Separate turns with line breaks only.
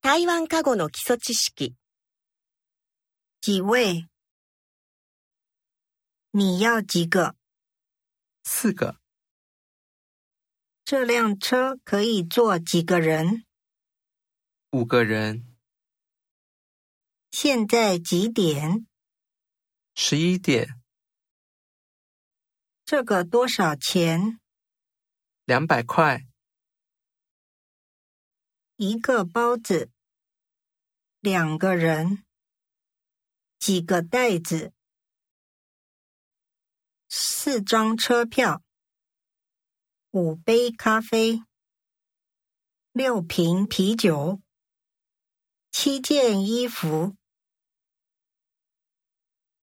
台湾カゴの基礎知識。
几位？你要几个？
四个，
这辆车可以坐几个人？
五个人，
现在几点？
十一点，
这个多少钱？
两百块，
一个包子，两个人，几个袋子，四张车票，五杯咖啡，六瓶啤酒，七件衣服，